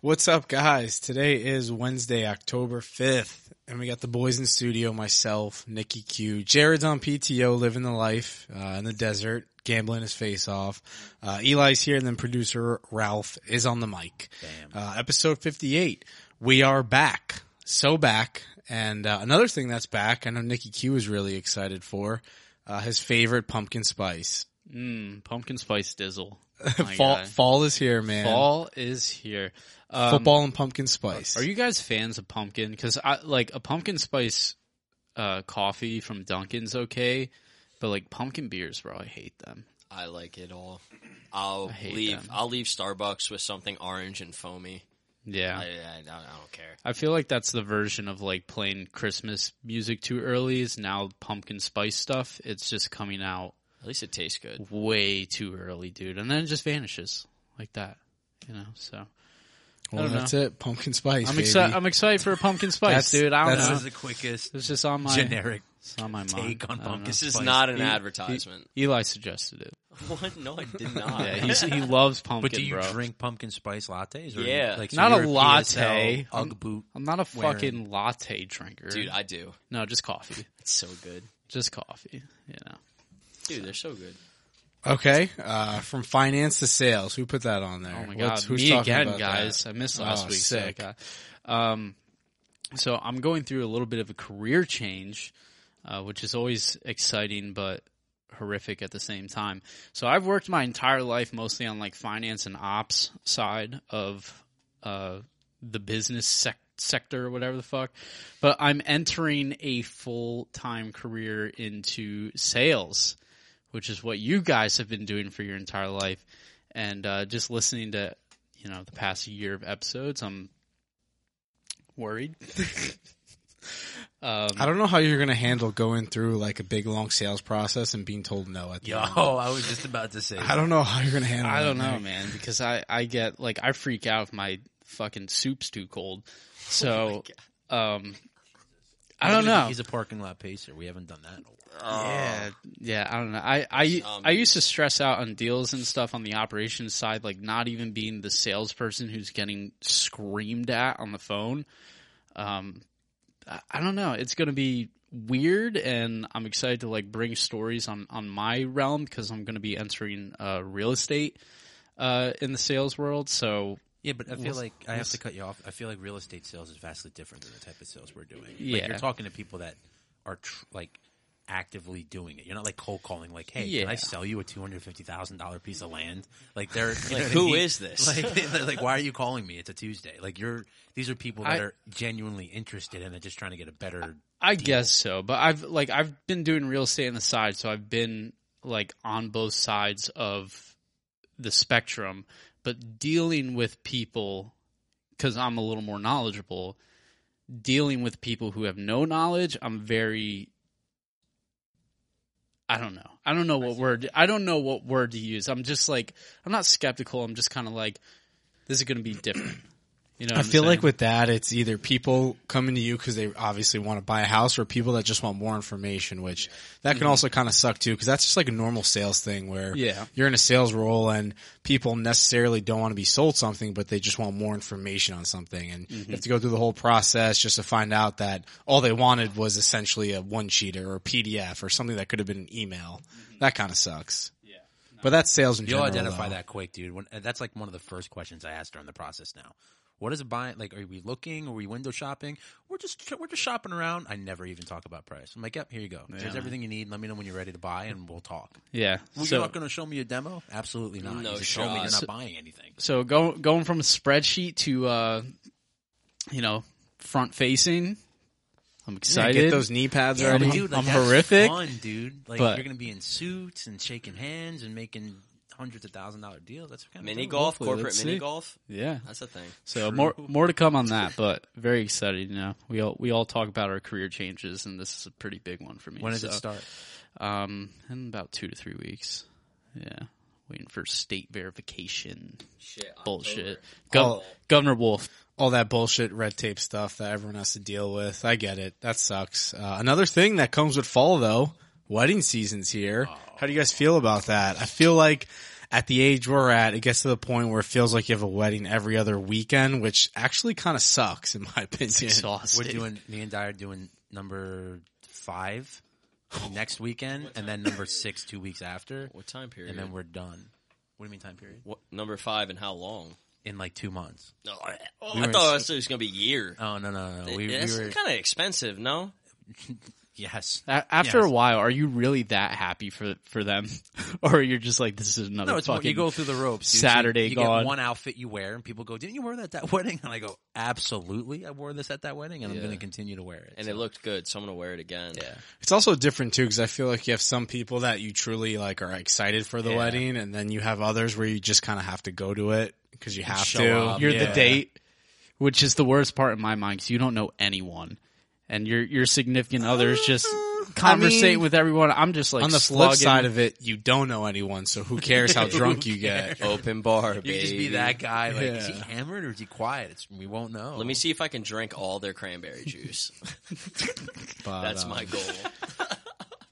What's up, guys? Today is Wednesday, October 5th, and we got the boys in studio, myself, Nikki Q. Jared's on PTO, living the life uh, in the desert, gambling his face off. Uh, Eli's here, and then producer Ralph is on the mic. Uh, episode 58. We are back. So back. And uh, another thing that's back, I know Nikki Q is really excited for, uh, his favorite pumpkin spice. Mm, pumpkin spice dizzle. My fall, guy. fall is here, man. Uh, Fall is here. Um, Football and pumpkin spice. Are you guys fans of pumpkin? Because I like a pumpkin spice uh, coffee from Dunkin's okay, but like pumpkin beers, bro, I hate them. I like it all. I'll I hate leave. them. I'll leave Starbucks with something orange and foamy. Yeah, I, I, I, I don't- I don't care. feel like that's the version of like playing Christmas music too early. Is now pumpkin spice stuff. It's just coming out At least it tastes good. way too early, dude, and then it just vanishes like that. You know, so Well, don't know. that's it. Pumpkin spice. I'm baby. excited. I'm excited for a pumpkin That's- spice, dude. I don't that's- know. This is the quickest It's just on my generic. It's on my take mind. on I don't pumpkin know. This is Spice. not an advertisement. Eli suggested it. what? No, I did not. Yeah, he's, he loves pumpkin, But do you bro. drink pumpkin spice lattes? Yeah. like, so Not a you're latte. PSL Ugg boot. I'm not a wearing- fucking latte drinker, Dude, I do. no, just coffee. It's so good. Just coffee. You know. Dude, they're so good. Okay, uh, from finance to sales, who put that on there? Oh my god, What's- me talking again, about guys. that? I missed last Oh, week's sick. sick. Um, so I'm going through a little bit of a career change, uh, which is always exciting but horrific at the same time. So I've worked my entire life mostly on like finance and ops side of uh, the business sec- sector or whatever the fuck. But I'm entering a full time career into sales which is what you guys have been doing for your entire life. And uh, just listening to, you know, the past year of episodes, I'm worried. um, I don't know how you're gonna handle going through like a big long sales process and being told no at the Yo, end. I was just about to say. I don't know how you're gonna handle. I don't that, know, Nick. man, because I, I get like I freak out if my fucking soup's too cold. So, um, I don't know. He's a parking lot pacer. We haven't done that. In a while. Yeah, yeah, I don't know. I I, Zombies. I used to stress out on deals and stuff on the operations side, like not even being the salesperson who's getting screamed at on the phone. Um, I, I don't know. It's going to be weird, and I'm excited to like bring stories on on my realm because I'm going to be entering uh, real estate uh, in the sales world. So Yeah, but I feel Well, like I have yes. to cut you off. I feel like real estate sales is vastly different than the type of sales we're doing. Like, Yeah. you're talking to people that are tr- like actively doing it. You're not like cold calling. Like, hey, can Yeah. I sell you a two hundred fifty thousand dollar piece of land? Like, they're you know Like, what I who mean? is this? Like, they're like, why are you calling me? It's a Tuesday. Like, you're these are people that I- are genuinely interested and they're just trying to get a better. I guess so, but I've like I've been doing real estate on the side, so I've been like on both sides of the spectrum, but dealing with people cuz I'm a little more knowledgeable, dealing with people who have no knowledge, I'm very I don't know. I don't know what word I don't know what word to use. I'm just like I'm not skeptical, I'm just kind of like this is going to be different. You know, I feel like with that, it's either people coming to you because they obviously want to buy a house, or people that just want more information, which that Mm-hmm. can also kind of suck too, because that's just like a normal sales thing where Yeah. you're in a sales role and people necessarily don't want to be sold something, but they just want more information on something, and Mm-hmm. you have to go through the whole process just to find out that all they wanted was essentially a one sheeter or a PDF or something that could have been an email. That kind of sucks. Yeah, but that's sales in Mm-hmm. You'll general. identify though. that quick, dude. When, uh, that's like one of the first questions I asked her on the process. Now, what is a buy? Like, are we looking? Are we window shopping? We're just we're just shopping around. I never even talk about price. I'm like, yep, here you go. Here's everything you need. Let me know when you're ready to buy, and we'll talk. yeah. Well, so- you're not going to show me a demo? Absolutely not. No you just show me you're shot. not buying anything. so go, going from a spreadsheet to uh, you know front facing i'm Yeah, excited get those knee pads Yeah, ready. but dude, like, I'm that's horrific, fun, dude. Like but- you're going to be in suits and shaking hands and making hundreds of thousand dollar deals. That's kind of Mini cool. golf, hopefully, corporate let's mini see. golf. yeah That's a thing. so more more to come on that but very excited you know we all we all talk about our career changes and this is a pretty big one for me When does so, it start? um in about two to three weeks yeah waiting for state verification Shit. bullshit Oh. Gov- governor wolf all that bullshit red tape stuff that everyone has to deal with. I get it. That sucks. Uh, another thing that Oh. comes with fall though, wedding season's here. How do you guys feel about that? I feel like at the age we're at, it gets to the point where it feels like you have a wedding every other weekend, which actually kind of sucks in my It's opinion. exhausting. We're doing me and Di are doing number five next weekend, and then number six two weeks after, What time period? and then we're done. What do you mean time period? what, number five and how long? In like two months. Oh, I- oh, We I were thought it in- was, going to be a year. Oh no no no! We, we That's were kind of expensive, no? yes. A- After a Yes. while, are you really that happy for for them, or you're just like this is another No, it's fucking fucking you go through the ropes. dude. So Saturday you, you gone. get one outfit you wear, and people go, "Didn't you wear that at that wedding?" And I go, "Absolutely, I wore this at that wedding, and I'm Yeah. going to continue to wear it." And it looked good, so I'm going to wear it again. yeah, It's also different too because I feel like you have some people that you truly like are excited for the Yeah. wedding, and then you have others where you just kind of have to go to it because you have show to. up. You're Um, Yeah. the date, which is the worst part in my mind because you don't know anyone, and your your significant other is just conversating Uh, mean, with everyone. I'm just like On the flip slugging. side of it, you don't know anyone, so who cares how drunk you get? Open bar, you could just be that guy. Like, is he Yeah. hammered or is he quiet? It's, we won't know. Let me see if I can drink all their cranberry juice. But, That's uh, my goal.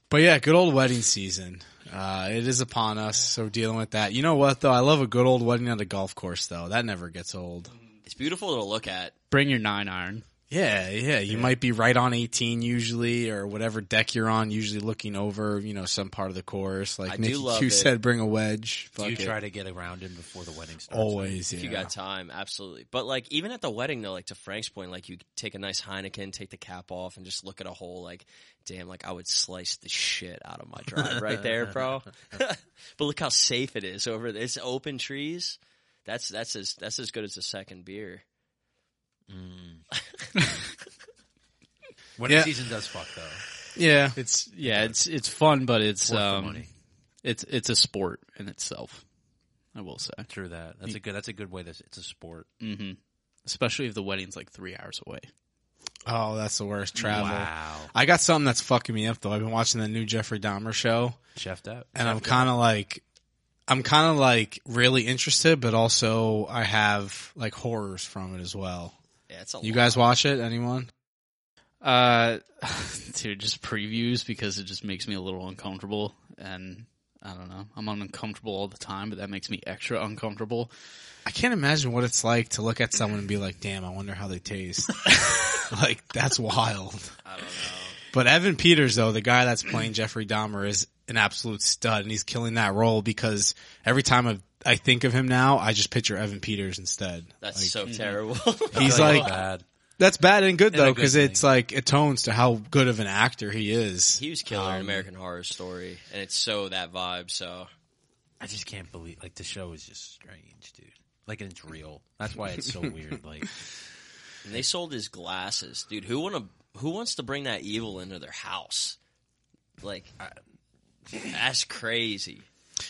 But yeah, good old wedding season. Uh, it is upon us, so dealing with that. You know what though? I love a good old wedding at a golf course though. That never gets old. It's beautiful to look at. bring your nine iron. Yeah, yeah. You might be right on 18 usually, or whatever deck you're on, usually looking over, you know, some part of the course. Like I do Nikki love Q it. said, bring a wedge. Do Fuck you it. try to get around him before the wedding starts? Always, yeah. If you got time, absolutely. But like even at the wedding though, like to Frank's point, like you take a nice Heineken, take the cap off, and just look at a hole. Like, damn, like I would slice the shit out of my drive right there, bro. but look how safe it is over there. It's open trees. That's that's as that's as good as a second beer. Wedding Yeah. Mm. season does fuck though. yeah. It's yeah, it's it's fun, but it's Worth the um, money. it's it's a sport in itself. I will say, True that. That's a good. That's a good way. This it's a sport. Mm-hmm. hmm especially if the wedding's like three hours away. Oh, that's the worst travel. Wow. I got something that's fucking me up though. I've been watching the new Jeffrey Dahmer show, Chefed out. and I'm kind of like, I'm kind of like really interested, but also I have like horrors from it as well. Yeah, it's a You lot. guys watch it? Anyone? Uh, dude, just previews because it just makes me a little uncomfortable, and I don't know. I'm uncomfortable all the time, but that makes me extra uncomfortable. I can't imagine what it's like to look at someone and be like, damn, I wonder how they taste. like, that's wild. I don't know. But Evan Peters, though, the guy that's playing Jeffrey Dahmer is an absolute stud and he's killing that role because every time I, I think of him now, I just picture Evan Peters instead. That's Like, so terrible. He's That's like- bad. that's bad and good And a though good because thing. it's like atones to how good of an actor he is. he was killer in Um, American Horror Story, and it's so that vibe. So I just can't believe like the show is just strange, dude. Like and it's real. That's why it's so weird. Like and they sold his glasses, dude. Who want to? Who wants to bring that evil into their house? Like, I, that's crazy.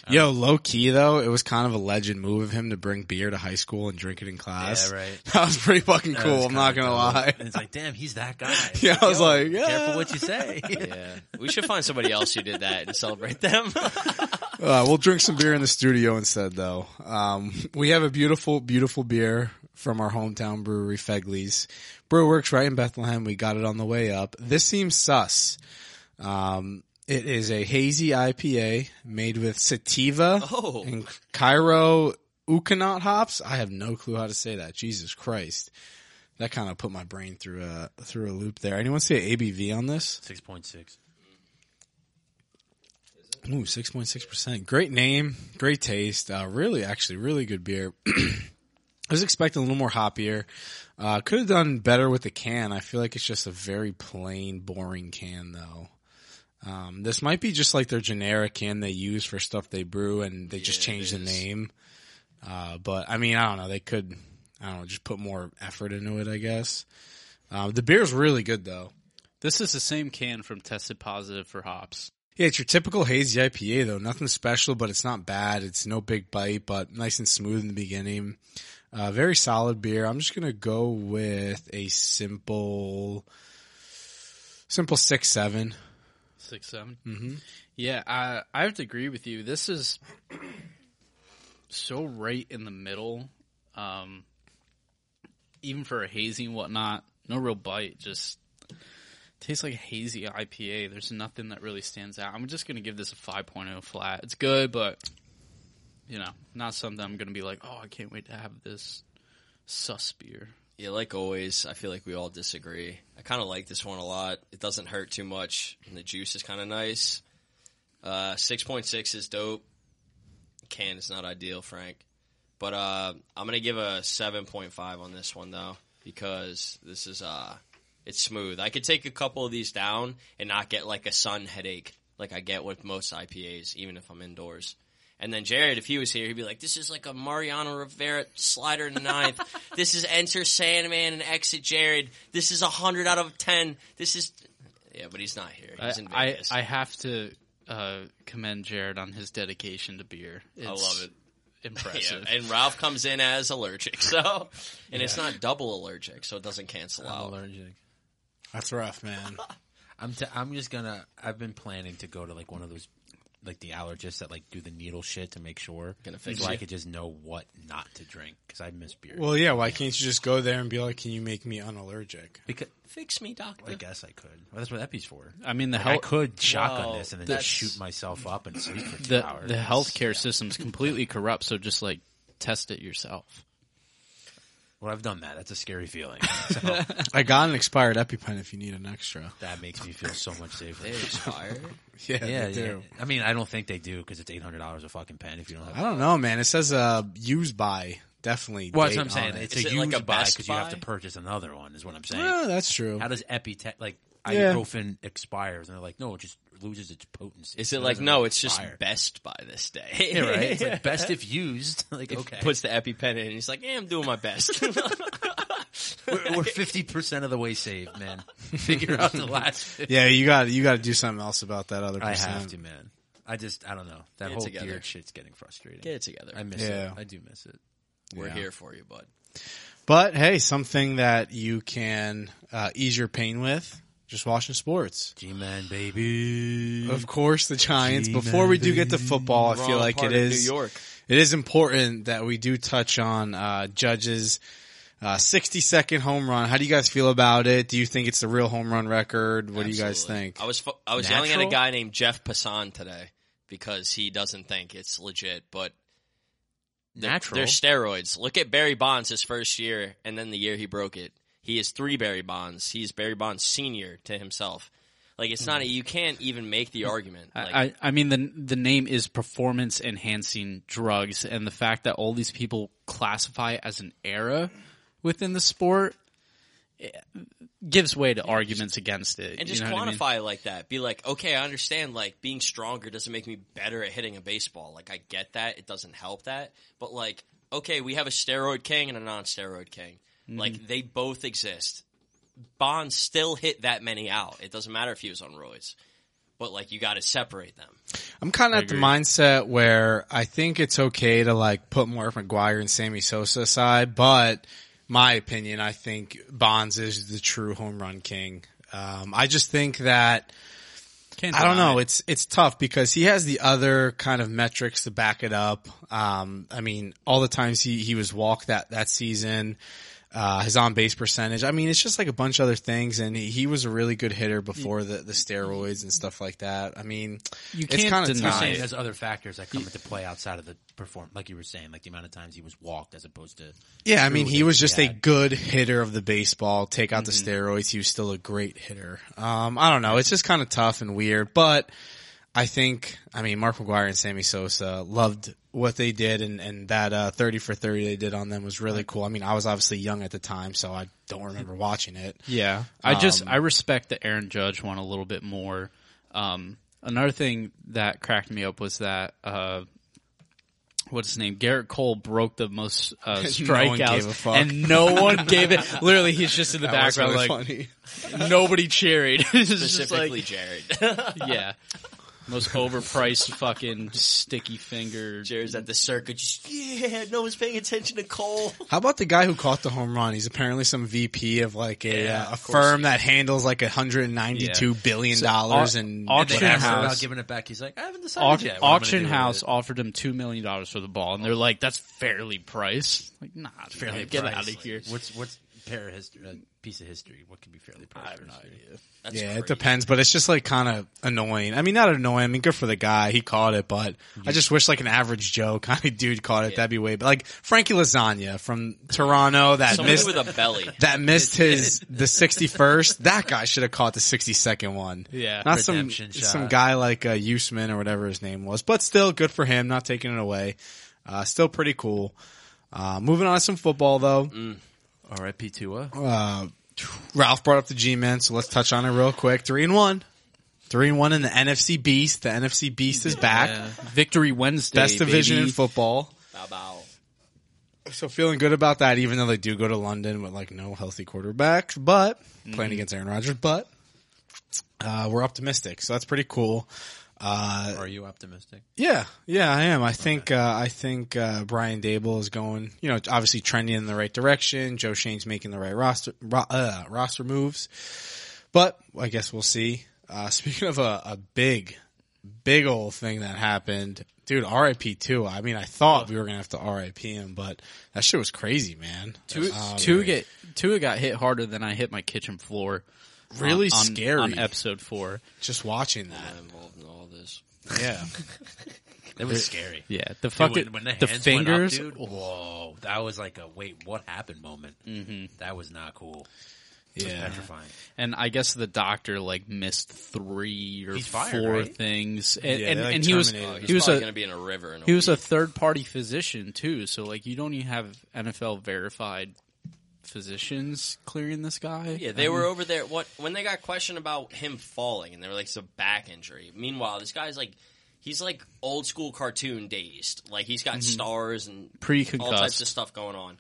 Yo, low key though, it was kind of a legend move of him to bring beer to high school and drink it in class. Yeah, right. That was pretty fucking that cool. was I'm not kinda gonna dumb. lie. And it's like, damn, he's that guy. Yeah, I was Yo, like, yeah. careful what you say. Yeah, we should find somebody else who did that and celebrate them. Uh, we'll drink some beer in the studio instead, though. Um, we have a beautiful, beautiful beer from our hometown brewery, Fegley's. Brew works right in Bethlehem. We got it on the way up. This seems sus. Um, it is a hazy IPA made with sativa Oh. and Cairo Ukanat hops. I have no clue how to say that. Jesus Christ. That kind of put my brain through a through a loop there. Anyone see ABV on this? Six point six. Ooh, six point six percent. Great name, great taste. Uh, really, actually, really good beer. I was expecting a little more hoppier. Uh, could have done better with the can. I feel like it's just a very plain, boring can, though. Um, this might be just like their generic can they use for stuff they brew, and they just Yeah, it changed the is. name. Uh, but I mean, I don't know. They could, I don't know, just put more effort into it. I guess. Uh, the beer's really good though. This is the same can from tested positive for hops. Yeah, it's your typical hazy IPA though. Nothing special, but it's not bad. It's no big bite, but nice and smooth in the beginning. Uh, very solid beer. I'm just gonna go with a simple, simple six seven. Six seven. Mm-hmm. Yeah, I I have to agree with you. This is so right in the middle. Um, even for a hazy and whatnot, no real bite. Just tastes like a hazy IPA. oh There's nothing that really stands out. I'm just gonna give this a 5.0 flat. It's good, but you know, not something I'm going to be like, oh, I can't wait to have this sus beer. Yeah, like always, I feel like we all disagree. I kind of like this one a lot. It doesn't hurt too much, and the juice is kind of nice. Uh, 6.6 is dope. Can is not ideal, Frank. But uh, I'm going to give a 7.5 on this one, though, because this is, uh, it's smooth. I could take a couple of these down and not get like a sun headache like I get with most IPAs, even if I'm indoors. And then Jared, if he was here, he'd be like, "This is like a Mariano Rivera slider in the ninth. this is enter Sandman and exit Jared. This is a hundred out of ten. This is yeah." But he's not here. I, He's in I, Vegas. I have to uh, commend Jared on his dedication to beer. It's I love it. Yeah, Impressive. and Ralph comes in as allergic, so and it's not double allergic, so it doesn't cancel I'm out. allergic. That's rough, man. I'm t- I'm just gonna. I've been planning to go to like one of those, like the allergists that like do the needle shit to make sure. Gonna fix so I you. could just know what not to drink because I miss beer. well, yeah. Why can't you just go there and be like, "Can you make me unallergic?" because Fix me, doctor. I guess I could. Well, that's what Epi's for. I mean, the I health could shotgun Whoa, this and then that's- just shoot myself up and sleep for two the, hours. the healthcare system's completely corrupt. So just like test it yourself. Well, I've done that. That's a scary feeling. So I got an expired EpiPen if you need an extra. that makes me feel so much safer. They're expired. Yeah, Yeah, they yeah. do. I mean, I don't think they do because it's eight hundred dollars a fucking pen if you don't have. I don't know, man. It says uh, use by definitely. Well, that's date what I'm saying. on it. It's Is a it use like a buy Best because you have to Buy? purchase another one. Is what I'm saying. Yeah, Ah, that's true. How does Epitech like Yeah. ibuprofen expires? And they're like, no, it just loses its potency. Is it like doesn't no? It's just expire. best by this day, Yeah, right? It's like best if used. like okay, Puts the EpiPen in. And he's like, "Yeah, I'm doing my best." we're, we're fifty percent of the way saved, man. Figure out the last. 50. yeah, you got you got to do something else about that other. I Percent. have to, man. I just I don't know that Get it whole together. beard shit's getting frustrating. Get it together. I miss Yeah. it. I do miss it. We're Yeah. here for you, bud. But hey, something that you can uh, ease your pain with, just watching sports. G man, baby. Of course, the Giants. Before we do get to football, I feel Wrong like it part of is New York. it is important that we do touch on uh, Judge's uh, 60 second home run. How do you guys feel about it? Do you think it's the real home run record? What do you guys Absolutely. think? I was fu- I was yelling at Natural? a guy named Jeff Passan today because he doesn't think it's legit, but they're, Natural. they're steroids. Look at Barry Bonds his first year, and then the year he broke it. He is three Barry Bonds. He's Barry Bonds senior to himself. Like it's not a, you can't even make the argument. Like, I, I I mean the the name is performance enhancing drugs, and the fact that all these people classify as an era within the sport eh, gives way to arguments against it. and You just know what I mean? quantify it like that. Be like, okay, I understand. Like being stronger doesn't make me better at hitting a baseball. Like I get that. It doesn't help that. But like, okay, we have a steroid king and a non-steroid king. Mm-hmm. Like they both exist. Bonds still hit that many out. It doesn't matter if he was on roids. But like, you got to separate them. I'm kind of at the mindset where I think it's okay to like put Mark McGuire and Sammy Sosa aside, but my opinion, I think Bonds is the true home run king. Um, I just think that Can't I don't deny know. it. It's it's tough because he has the other kind of metrics to back it up. Um, I mean, all the times he he was walked that that season, uh, his on base percentage. I mean, it's just like a bunch of other things. And he, he was a really good hitter before the the steroids and stuff like that. I mean, You it's can't kinda deny tough. it. saying there's other factors that come into play outside of the perform, like you were saying, like the amount of times he was walked as opposed to. Yeah, I mean, he that was he just a had. good hitter of the baseball. Take out the steroids, he was still a great hitter. Um, I don't know. It's just kind of tough and weird, but I think, I mean, Mark McGuire and Sammy Sosa loved what they did and, and that, uh, 30 for 30 they did on them was really cool. I mean, I was obviously young at the time, so I don't remember watching it. Yeah, I just I respect the Aaron Judge one a little bit more. Um, another thing that cracked me up was that uh, what's his name? Garrett Cole broke the most uh, strikeouts, one gave a fuck. and no one gave it. Literally, he's just in the That was background, really like funny. nobody cheered. It's just Specifically, like- Jared. yeah, most overpriced fucking sticky finger. Jared's at the circuit. Just yeah, no one's paying attention to Cole. How about the guy who caught the home run? He's apparently some VP of like a, Yeah, uh, a of course. firm that handles like 192 billion dollars au- and auction whatever. After house. about giving it back, he's like, I haven't decided Auction, yet. what I'm gonna auction do with house it." offered him two million dollars for the ball, and they're like, "That's fairly priced." Like, nah, fairly get Price, out of like, here. What's what's pair of history, a piece of history. What could be fairly priced? for history? That's yeah, crazy. it depends, but it's just like kind of annoying. I mean, not annoying. I mean, good for the guy. He caught it, but I just wish like an average Joe kind of dude caught it. That'd be way, but like Frankie Lasagna from Toronto that Somebody missed, with a belly. that missed his, the 61st. That guy should have caught the 62nd one. Yeah. Not some, Redemption shot. some guy like, uh, Usman or whatever his name was, but still good for him. Not taking it away. Uh, still pretty cool. Uh, moving on to some football though. R.I.P. Tua. Ralph brought up the G men, so let's touch on it real quick. Three and one. Three and one in the NFC Beast. The NFC Beast is back. Victory Wednesday. Best division baby. in football. Bow, bow. So feeling good about that, even though they do go to London with like no healthy quarterbacks, but playing against Aaron Rodgers, but uh, we're optimistic. So that's pretty cool. Uh, Are you optimistic? yeah, yeah, I am. I think uh, I think uh, Brian Dable is going, you know, obviously trending in the right direction. Joe Shane's making the right roster ro- uh, roster moves, but I guess we'll see. Uh, speaking of a, a big, big old thing that happened, dude. RIP too. I mean, I thought we were gonna have to RIP him, but that shit was crazy, man. Tua, Um, Tua get Tua got hit harder than I hit my kitchen floor. on- really on- scary. on episode four. just watching that. I'm involved in all this. Yeah, That was scary. Yeah, the Dude, fucking when, when the, the, hands went up, fingers. dude, whoa, that was like a wait, what happened moment. Mm-hmm. That was not cool. It was yeah. petrifying. and I guess the doctor like missed three or He's fired, four right? things, and Yeah, and, they, like, and he was terminated him. he was probably a gonna be in a river. In a he was a week. third party physician too. So like you don't even have NFL verified physicians clearing this guy. Um, Yeah, they were over there. What when they got questioned about him falling, and they were like, "It's a back injury." Meanwhile, this guy's like, he's like old school cartoon dazed. Like he's got Mm-hmm. stars and all types Pre-concussed. of stuff going on.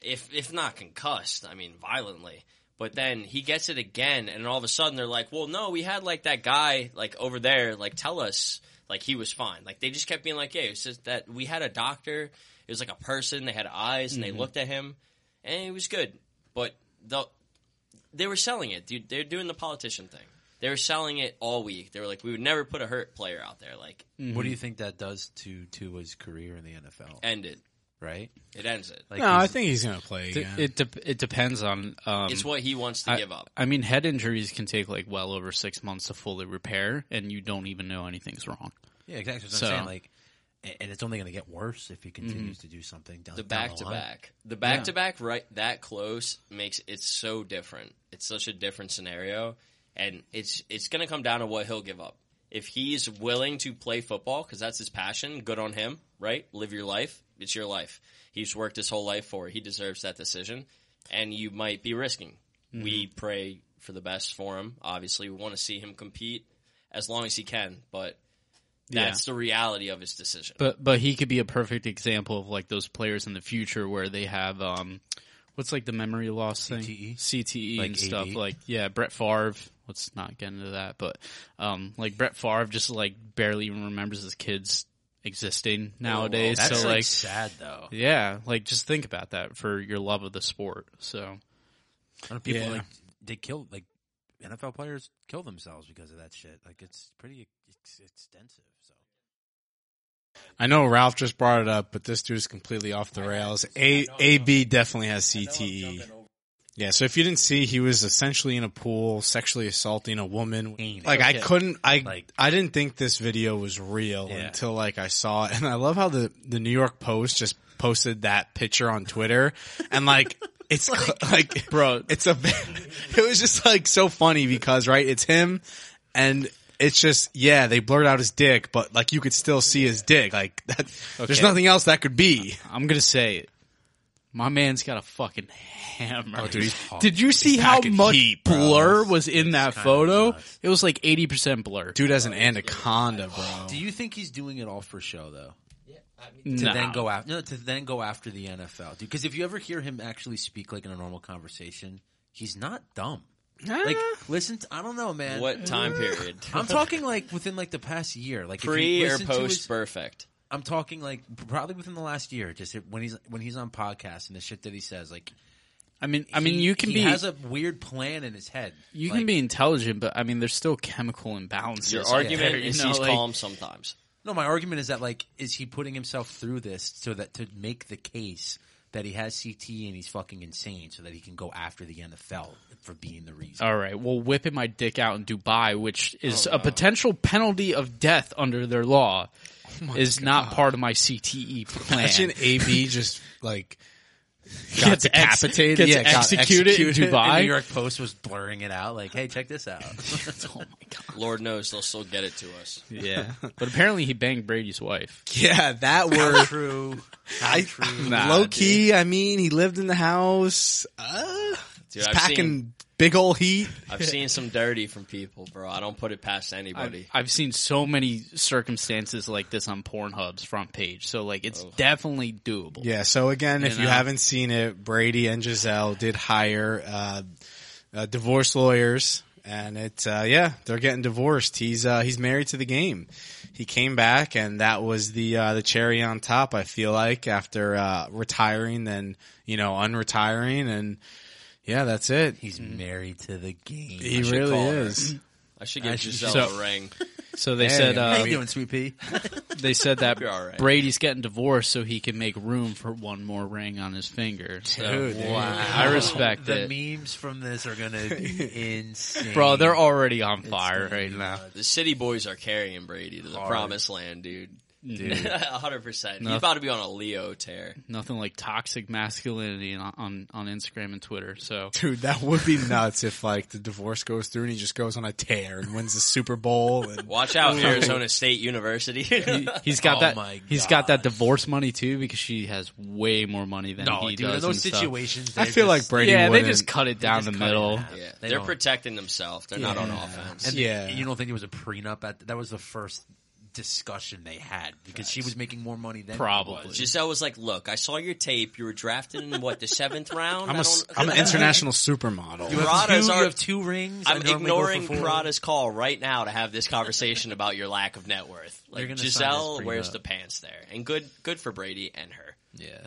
If if not concussed, I mean violently. But then he gets it again, and all of a sudden they're like, "Well, no, we had like that guy like over there, like tell us like he was fine." Like they just kept being like, "Yeah, it's just that we had a doctor. It was like a person. They had eyes, Mm-hmm. and they looked at him, and he was good." But the they were selling it, dude. They're doing the politician thing. They were selling it all week. They were like, "We would never put a hurt player out there." Like, What do you think that does to Tua's career in the NFL? end it. right? It ends it. Like, No, I he's- think he's gonna play It again. it, dep it depends on um, it's what he wants to I- give up. I mean, head injuries can take like well over six months to fully repair, and you don't even know anything's wrong. yeah, exactly. What I'm So- saying like, a- and it's only going to get worse if he continues to do something down the down back to line. back. The back to back right that close makes it so different. It's such a different scenario and it's it's going to come down to what he'll give up. If he's willing to play football cuz that's his passion, good on him, right? Live your life. It's your life. He's worked his whole life for it. He deserves that decision and you might be risking. We Mm-hmm. pray for the best for him. Obviously, we want to see him compete as long as he can, but Yeah. that's the reality of his decision. But but he could be a perfect example of like those players in the future where they have um, what's like the memory loss thing, CTE? CTE E? Like and stuff. AD? Like yeah, Brett Favre. Let's not get into that, but um, like Brett Favre just like barely even remembers his kids existing nowadays. That's so like, like sad though. yeah, like just think about that for your love of the sport. So A lot of people Yeah. like they kill like NFL players kill themselves because of that shit. Like it's pretty ex- extensive. So I know Ralph just brought it up, but this dude is completely off the rails. A A B definitely has E. CTE. Yeah, so if you didn't see, he was essentially in a pool sexually assaulting a woman. Ain't Like I okay. couldn't, I Like- I didn't think this video was real Yeah. until like I saw it, and I love how the the New York Post just posted that picture on Twitter, and like it's cl- like, bro, it's a it was just like so funny because right it's him and it's just yeah they blurred out his dick but like you could still see his dick like that there's Okay. nothing else that could be I'm gonna say it. My man's got a fucking hammer. Oh, dude, he's hot. Did you see how packing much heat, bro. blur was in that kinda photo? nuts. It was like 80% blur. dude has an anaconda bro do you think he's doing it all for show though? To No. then go after no, to then go after the NFL, dude. Because if you ever hear him actually speak like in a normal conversation, he's not dumb. Like listen, to, I don't know, man. what time period? I'm talking like within like the past year, like if you pre or listen to post his- perfect. I'm talking like probably within the last year. Just when he's when he's on podcasts and the shit that he says, like I mean, I mean, he- you can he be has a weird plan in his head. you Like, can be intelligent, but I mean, there's still chemical imbalances. Your out argument there, is you know, he's like- calm sometimes. no. My argument is that like is he putting himself through this so that to make the case that he has CT and he's fucking insane, so that he can go after the NFL for being the reason. All right. Well, whipping my dick out in Dubai, which is Oh, a no. potential penalty of death under their law, is not part of my CTE plan. Imagine AB just like got Gets ex- decapitated, gets yeah, got Uh, executed in executed. Dubai. And New York Post was blurring it out, like, "Hey, check this out." oh my god. Lord knows they'll still get it to us. Yeah. but apparently he banged Brady's wife. Yeah, that were true. I, Nah, low dude. key. I mean, he lived in the house. Uh, Dude, he's I've packing seen- big old heat. I've seen some dirty from people, bro. I don't put it past anybody. I've, I've seen so many circumstances like this on Pornhub's front page. So like it's definitely doable. Yeah. So again, if You you know? haven't seen it, Brady and Giselle did hire uh, uh, divorce lawyers, and it uh, yeah, they're getting divorced. He's uh, he's married to the game. He came back, and that was the uh, the cherry on top. I feel like after uh, retiring, then you know unretiring, and yeah, that's it. He's married to the game. He should really call her. is. I should give should- Giselle so- a ring. So they Hey, said man. uh, How you doing, sweet pea? they said that You're all right. Brady's getting divorced so he can make room for one more ring on his finger. So Dude, there you Oh, I respect the it. memes from this are gonna be insane, Bro, they're already on fire right now. The city boys are carrying Brady to the promised land, dude. Dude. 100%. No. He's about to be on a Leo tear. Nothing like toxic masculinity on, on, on Instagram and Twitter. So Dude, that would be nuts if like the divorce goes through and he just goes on a tear and wins the Super Bowl. And Watch out, Arizona State University. he's got Oh that. my He's got that divorce money too because she has way more money than No, he dude, in does. those and stuff. situations, I they're feel like just- Brady. yeah, they wouldn't- just cut it down just the cut it middle. down. yeah, They they're don't- protecting themselves. They're not on Yeah. offense. And Yeah. you don't think it was a prenup? At that was the first discussion they had because she was making more money than he Probably. was. Giselle was like, "Look, I saw your tape. You were drafted in what the seventh round. I'm I a, don't- I'm an international supermodel. You have, two, Prada's you are- have two rings. I I'm normally go for ignoring four. Prada's call right now to have this conversation about your lack of net worth. You're Like gonna sign this Giselle prenup. wears the pants there, and good, good for Brady and her. Yeah.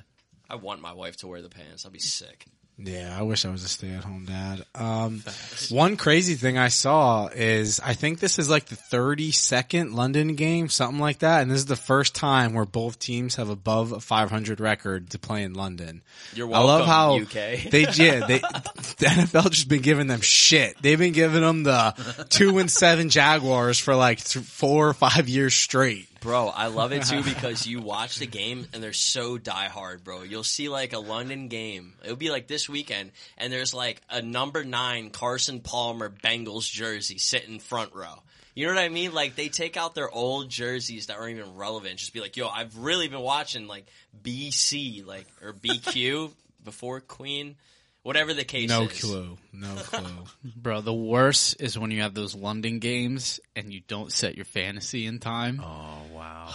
I want my wife to wear the pants. I'll be sick. Yeah, I wish I was a stay-at-home dad. Um, one crazy thing I saw is I think this is like the 32nd London game, something like that, and this is the first time where both teams have above a 500 record to play in London. You're I love welcome, how UK. they yeah they the NFL just been giving them shit. They've been giving them the two and seven Jaguars for like th- four or five years straight. Bro, I love it too because you watch the game and they're so diehard, bro. You'll see like a London game. It'll be like this weekend, and there's like a number nine Carson Palmer Bengals jersey sitting front row. You know what I mean? Like they take out their old jerseys that aren't even relevant. Just be like, yo, I've really been watching like BC, like or BQ before Queen, whatever the case No is. clue, no clue. Bro, the worst is when you have those London games and you don't set your fantasy in time. Oh wow.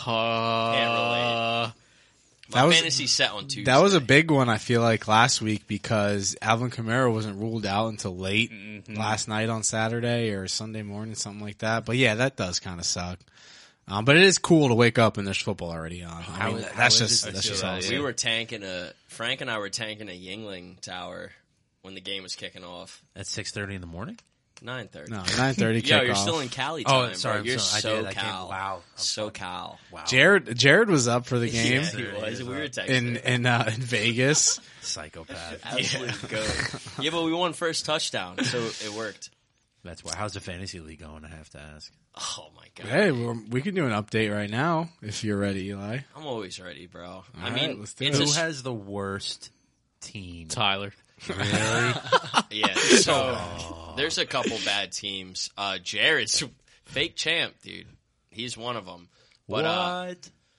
Uh, My That was- fantasy set on Tuesday. That was a big one, I feel like, last week because Alvin Kamara wasn't ruled out until late Mm-hmm. last night on Saturday or Sunday morning, something like that. But yeah, that does kind of suck. Um, but it is cool to wake up and there's football already on. I mean, is- how that's is just this that's just feel? awesome. We were tanking a Frank and I were tanking a Yingling Tower when the game was kicking off. At six thirty in the morning. Nine thirty. no nine thirty. Yo, you're still in Cali Oh, time. sorry, bro. I'm You're sorry. I so did. I can't- Cal. wow. I'm so Cal. Wow. Jared Jared was up for the game Yeah, he was. We were texting. in in uh, in Vegas. Psychopath. Absolute goat. Yeah, but we won first touchdown, so it worked. That's why. How's the fantasy league going? I have to ask. Oh my god. hey, we're, we can do an update right now if you're ready, Eli. I'm always ready, bro. I right, mean, let's do it's it. a Who s- has the worst team? Tyler. Really? yeah. So there's a couple bad teams. Uh, Jared's fake champ, dude. He's one of them. But what? uh,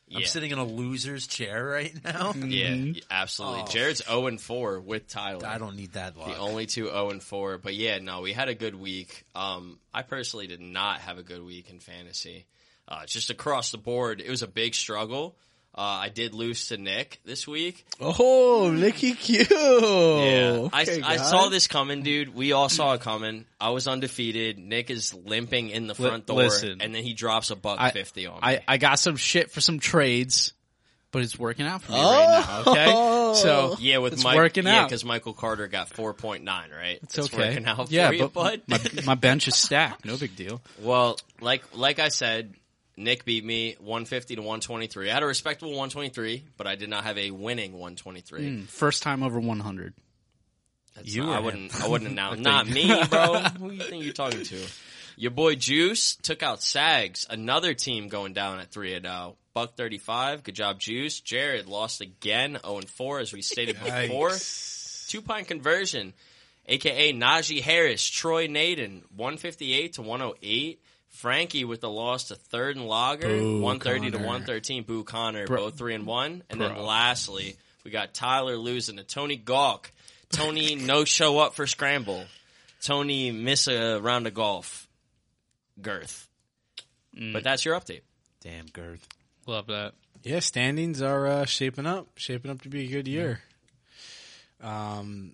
yeah. I'm sitting in a loser's chair right now. Mm-hmm. Yeah, absolutely. Jared's 0 and 4 with Tyler. I don't need that luck. The only two 0 and 4. But yeah, no, we had a good week. Um, I personally did not have a good week in fantasy. Uh, just across the board, it was a big struggle. Uh, I did lose to Nick this week. Oh, Nicky Q. Yeah, Oh, I, I saw this coming, dude. We all saw it coming. I was undefeated. Nick is limping in the front door, listen. and then he drops a buck I- fifty on me. I, I got some shit for some trades, but it's working out for me right now, okay? So Oh. yeah, with it's Mike, working yeah, out. because Michael Carter got four point nine, right? it's okay. working out yeah, for you, but bud. my, my bench is stacked. No big deal. Well, like like I said, Nick beat me 150 to 123. I had a respectable 123, but I did not have a winning 123. Mm, first time over 100. That's You not- I were wouldn't. I wouldn't announce. not me, bro. Who you think you're talking to? Your boy Juice took out Sags, another team going down at three and zero. Buck thirty five. Good job, Juice. Jared lost again, zero and four, as we stated before. Yikes. Two pint conversion, aka Najee Harris, Troy Naden, one fifty eight to one hundred eight. Frankie with the loss to third and Lager, Boo one thirty to Connor. one thirteen. Boo Connor, Bro. both three and one, and then Bro. lastly we got Tyler losing to Tony Gawk. Tony no show up for scramble. Tony miss a round of golf. Girth. Mm. But that's your update. Damn, girth. Love that. Yeah, standings are uh, shaping up, shaping up to be a good year. Um,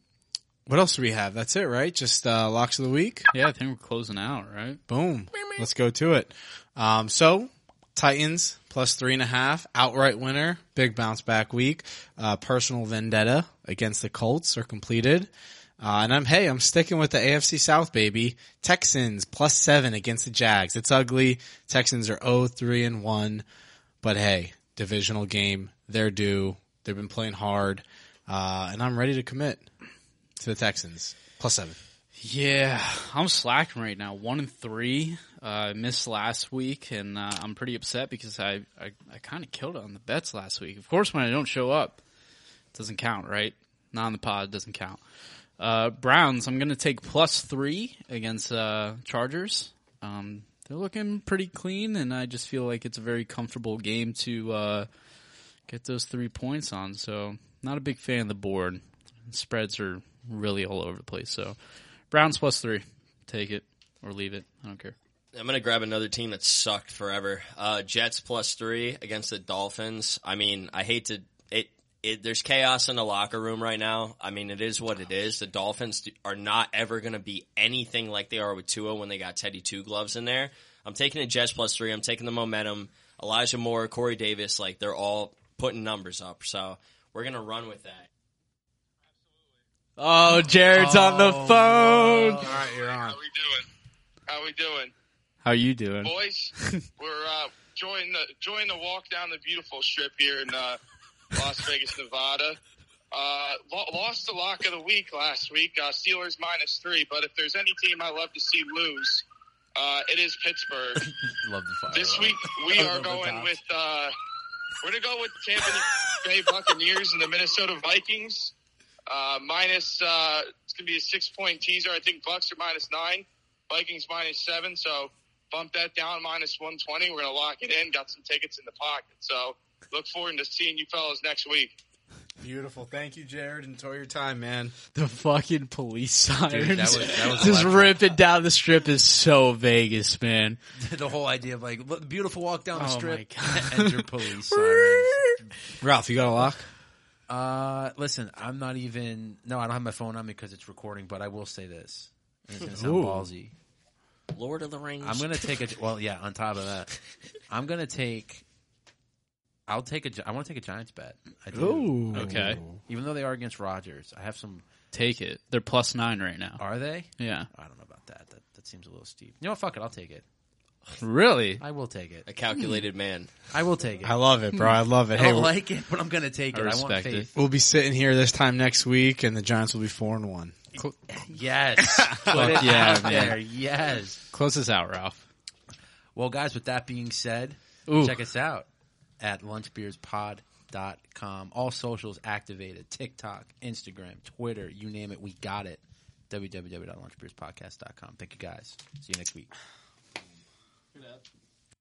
what else do we have? That's it, right? Just uh, locks of the week. Yeah, I think we're closing out, right? Boom. Let's go to it. Um, so Titans plus three and a half outright winner, big bounce back week. Uh, personal vendetta against the Colts are completed. Uh, and I'm, hey, I'm sticking with the AFC South, baby. Texans plus seven against the Jags. It's ugly. Texans are 0, 3 and 1. But hey, divisional game. They're due. They've been playing hard. Uh, and I'm ready to commit to the Texans plus seven. Yeah, I'm slacking right now. One and three. Uh, I missed last week, and uh, I'm pretty upset because I I, I kind of killed it on the bets last week. Of course, when I don't show up, it doesn't count, right? Not on the pod, it doesn't count. Uh, Browns, I'm going to take plus three against uh, Chargers. Um, they're looking pretty clean, and I just feel like it's a very comfortable game to uh, get those three points on. So, not a big fan of the board. Spreads are really all over the place. So, Browns plus three. Take it or leave it. I don't care. I'm gonna grab another team that sucked forever. Uh, Jets plus three against the Dolphins. I mean, I hate to it. It there's chaos in the locker room right now. I mean, it is what it is. The Dolphins d- are not ever gonna be anything like they are with Tua when they got Teddy Two Gloves in there. I'm taking the Jets plus three. I'm taking the momentum. Elijah Moore, Corey Davis, like they're all putting numbers up. So we're gonna run with that. Oh, Jared's on the phone. All right, you're on. How we doing? How we doing, How you doing? boys? We're uh, joining the joining the walk down the beautiful strip here in uh, Las Vegas, Nevada. Uh, lo- lost the lock of the week last week. Uh, Steelers minus three. But if there's any team I love to see lose, uh, it is Pittsburgh. Love the fire. This week we Over are the going top. with uh, we're gonna go with Tampa Bay Buccaneers and the Minnesota Vikings. Uh, minus uh, it's gonna be a six point teaser. I think Bucks are minus nine, Vikings minus seven. So bump that down minus one twenty. We're gonna lock it in. Got some tickets in the pocket. So look forward to seeing you fellas next week. Beautiful. Thank you, Jared. Enjoy your time, man. The fucking police sirens. that was- that was Just electric. ripping down the strip is so Vegas, man. the whole idea of like look, beautiful walk down the Oh strip my God. and your police sirens. Ralph, you got a lock? Uh, listen, I'm not even. No, I don't have my phone on me because it's recording. But I will say this. and It's gonna sound Ooh. ballsy. Lord of the Rings. I'm gonna take a. Well, yeah. On top of that, I'm gonna take. I'll take a. Gi- I want to take a Giants bet. I do. Okay. Even though they are against Rogers, I have some. Take it. They're plus nine right now. Are they? Yeah. I don't know about that. That that seems a little steep. You know, what? fuck it. I'll take it. Really? I will take it. a calculated man. I will take it. I I love it, bro. I love it. Hey, don't we'll, like it, but I'm gonna take I it. I want respect it. faith. we'll be sitting here this time next week, and the Giants will be four and one. Yes. Put it yeah, out man. there. Yes. Close this out, Ralph. Well, guys, with that being said, Ooh. check us out at lunchbeerspod.com. All socials activated TikTok, Instagram, Twitter, you name it, we got it. www.lunchbeerspodcast.com. Thank you guys. See you next week.